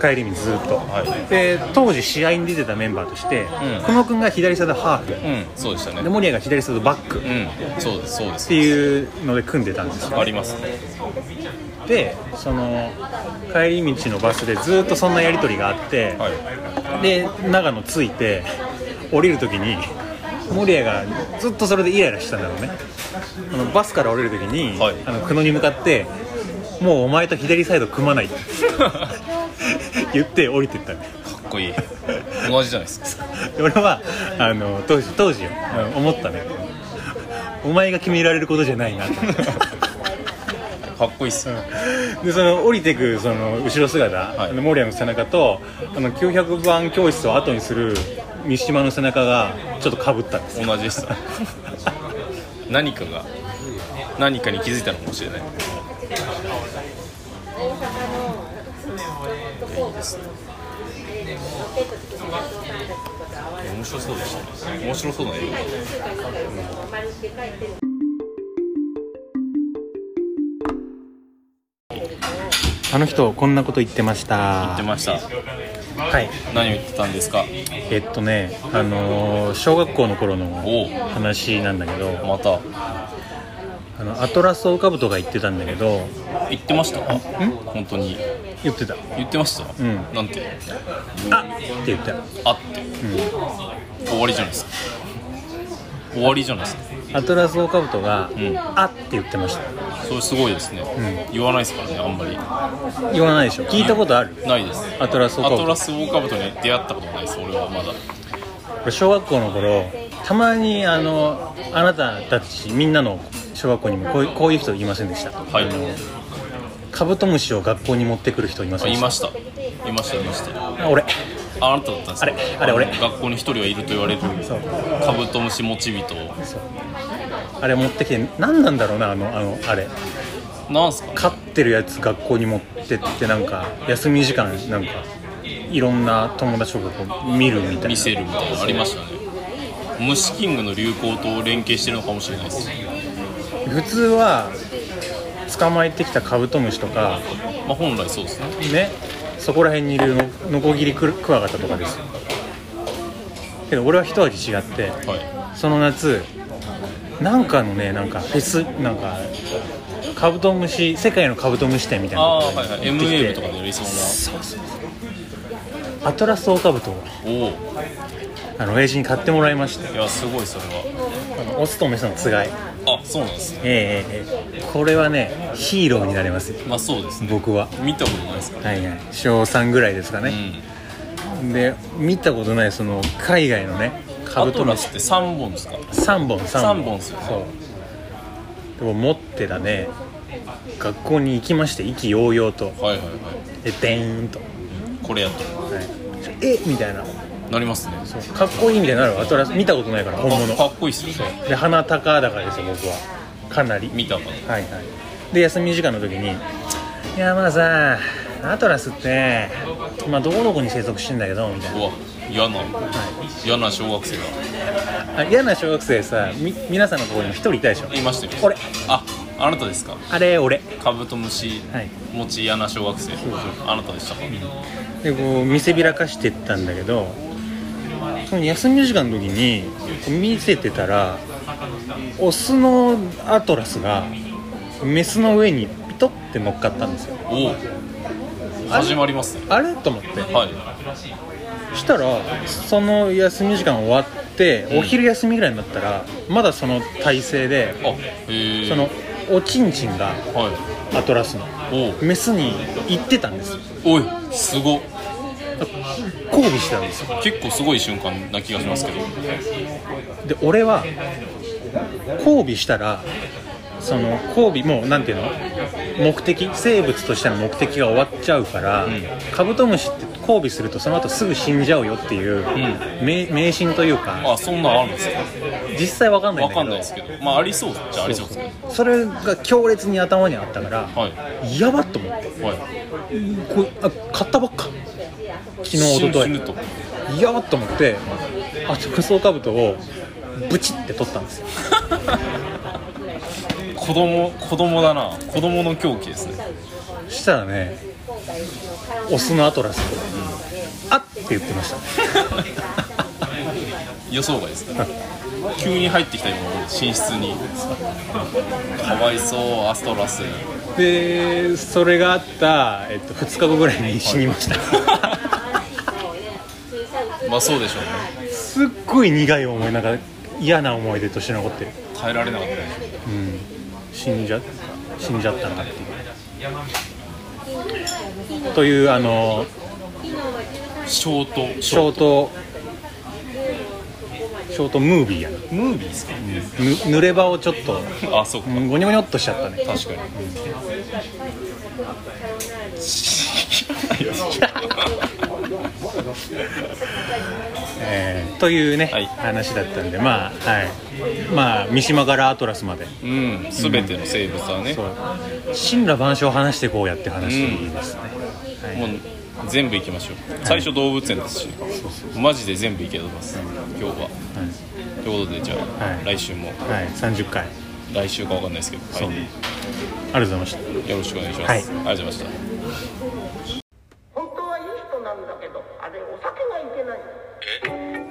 帰りにずっと、
はい
で当時試合に出てたメンバーとして、
うん
久野君が左サイドハーフ
うんそうでした
で
ね
守屋が左サイドバックっ
うんそうですそうです
ていうので組んでたんですよ
ありますね
でその帰り道のバスでずっとそんなやり取りがあって、
はい
で長野着いて降りる時に守屋がずっとそれでイライラしてたんだろうねあのバスから降りる時に、
はい
あの久野に向かって「もうお前と左サイド組まない」っ て言って降りてったね
かっこいい同じじゃないですか
で俺はあの当時当時よ、うん思ったねお前が決められることじゃないなと
かっこいいっすね
でその降りてくその後ろ姿、
い
あのモリアの背中とあの900番教室を後にする三島の背中がちょっとかぶったんです
同じでした何かが何かに気づいたのかもしれないいいですね面白そうでしたね面白そうな映画
あの人こんなこと言ってました
言ってました
はい
何を言ってたんですか
えっとねあのー小学校の頃の
おお
話なんだけど
また
あのアトラスオオカブトが言ってたんだけど
言ってました本当に
言ってた
言ってました、
ん
なんて
あっって言った
あって、終わりじゃないですか終わりじゃないですか
アトラスオオカブトが、
ん
あって言ってました
それすごいですね、言わないですからねあんまり
言わないでしょ聞いたことある
ないです
アトラスオオカ
ア
ブ
ト
ト
ラスオオカブトに出会ったことないです俺はまだ
俺小学校の頃たまにあのあなたたちみんなの小学校にもこういうこういう人いませんでした
はい
カブトムシを学校に持ってくる人いませ
あ
ん
い
で
ま
し
したいましたいました
た俺
あなただったんですか
あれあれ俺
の学校に一人はいると言われる
そう
カブトムシモチビト
あれ持ってきて何なんだろうなあのあのあれ
なんすか
飼ってるやつ学校に持ってってなんか休み時間なんかいろんな友達とかこう見るみたい
見
な
せるみたいなのありましたね虫キングの流行と連携してるのかもしれないです
普通は捕まえてきたカブトムシとか
まあ本来そうですね
ねそこら辺にいるのノコギリクルクワガタとかですよけど俺は一味違って
は
その夏なんかのねなんかフェスなんかカブトムシ世界のカブトムシ展みたいな
あ
の
あーはいはい M ウェーブとかでやりそう
アトラスオオカブトを
なおお
あの親父に買ってもらいまして
いやすごいそれは
あのオスとメスのつがい
あそうなんですね
ええええええこれはねヒーローになれますよ
まあそうですね
僕は
見たことないですから
はいはい小3ぐらいですか
う
ね、
ん
で見たことないその海外のねカ
ア
ブト
ト
ム
ラ
シ
スって3本ですか
3本3
三本っすよね
そうでも持ってたね学校に行きまして意気揚々と
はいはいはい
でデーンと、は
これやと
い、えみたいな
なりますね
そうかっこいいみたいになるわアトラス見たことないから本
あか
物
っこいいっすよね
で鼻高々ですよ僕はかなり
見たか
はいはいで休み時間の時に「いやまあさアトラスってまあどこどこに生息してんだけど」みたいな
うわ嫌な嫌な小学生が
あ嫌な小学生さみ皆さんのところにも一人いたでしょ
いましたよ
俺
ああなたですか
あれ俺
カブトムシ
はい
持ち嫌な小学生あなたでしたか
でこう見せびらかしてったんだけどその休み時間の時にこう見せてたらオスのアトラスがメスの上にピトって乗っかったんですよ
おお始まりますね
あれと思って
はい
したらその休み時間終わって、お昼休みぐらいになったらまだその体勢で
あへえ
そのおちんちんが
は
アトラスの
い
メスに行ってたんですよ
おおおいすごっ
交尾してたんですよ
結構すごい瞬間な気がしますけど
で俺は交尾したらその交尾もうなんていうの目的生物としての目的が終わっちゃうから、
ん
カブトムシって交尾するとその後すぐ死んじゃうよっていう、迷迷信というか
あそんなんあるんですか
実際わかんないんだ
わか
け
ん
ど
ないですけどまあありそうじゃありそうですけど
それが強烈に頭にあったから、
はい
やばっと思って
はい
こうあ買ったばっか昨日一
死ぬ死
昨
ぬと
日やばっと思ってあトクソカブトをブチって取ったんですよ
子供子供だな子供の狂気ですね
したらねオスのアトラスをあっって言ってましたね
予想外ですね急に入ってきたような寝室にかわいそうアストラス
でそれがあった、えっと、2日後ぐらいに死にました
まあそうでしょうね
すっごい苦い思いなんか嫌な思い出として残ってる
耐えられなかったね
死んじゃ死んじゃったんだっていうというあの
ショート
ショートショートムービーやな
ムービーですか
ぬ濡れ場をちょっと
あそうか
うんゴニョゴニョっとしちゃったね
確かに
えーというね、
はい
話だったんでまあはいまあ三島からアトラスまで
うん全ての生物はね、
そう神羅万象を話していこうやって話ですね、
もう全部行きましょう最初動物園ですし、マジで全部行けます、今日はということでじゃあ、
はい
来週も
はい、はい、30回
来週かわかんないですけど、
そう
はい、
ありがとうございました
よろしくお願いします、
はい
ありがとうございました
本当はいい人なんだけどあれお酒がいけない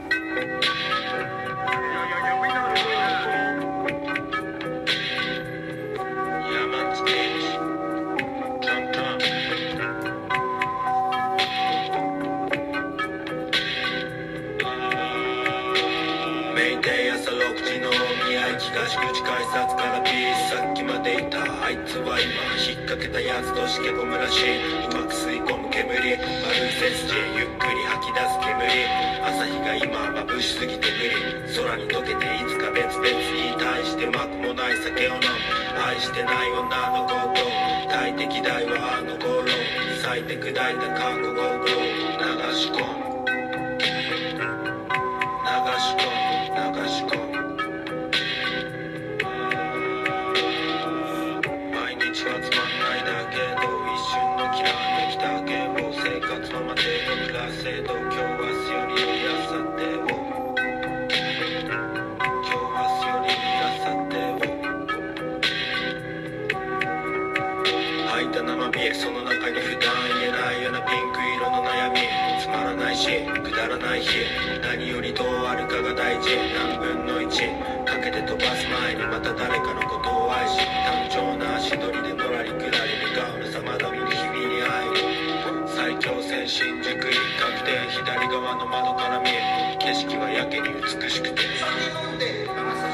メイデイ朝6時の見合い東口改札からピースさっきまでいたあいつは今引っ掛けたやつとしけ込むらしいうまく吸い込む煙丸い背筋ゆっくり吐き出す煙朝日が今眩しすぎて無理空に溶けていつか別々に対してまくもない酒を飲む愛してない女の子と大敵代はあの頃咲いて砕いた韓国語と流し込む流し込む流し込む毎日はつまんないだけど一瞬のきらめきだけもう生活は待てど暮らせど今日明日より明後日を今日明日より明後日を吐いた生ビールその中に普段言えないようなピンク色の悩みつまらないしくだらない日何よりどうあるかが大事何分の1かけて飛ばす前にまた誰かのことを愛し単調な足取りでのらりくらり向かうのさまだ見る日々に会える最強線新宿一角で左側の窓から見える景色はやけに美しくて飲み込んで朝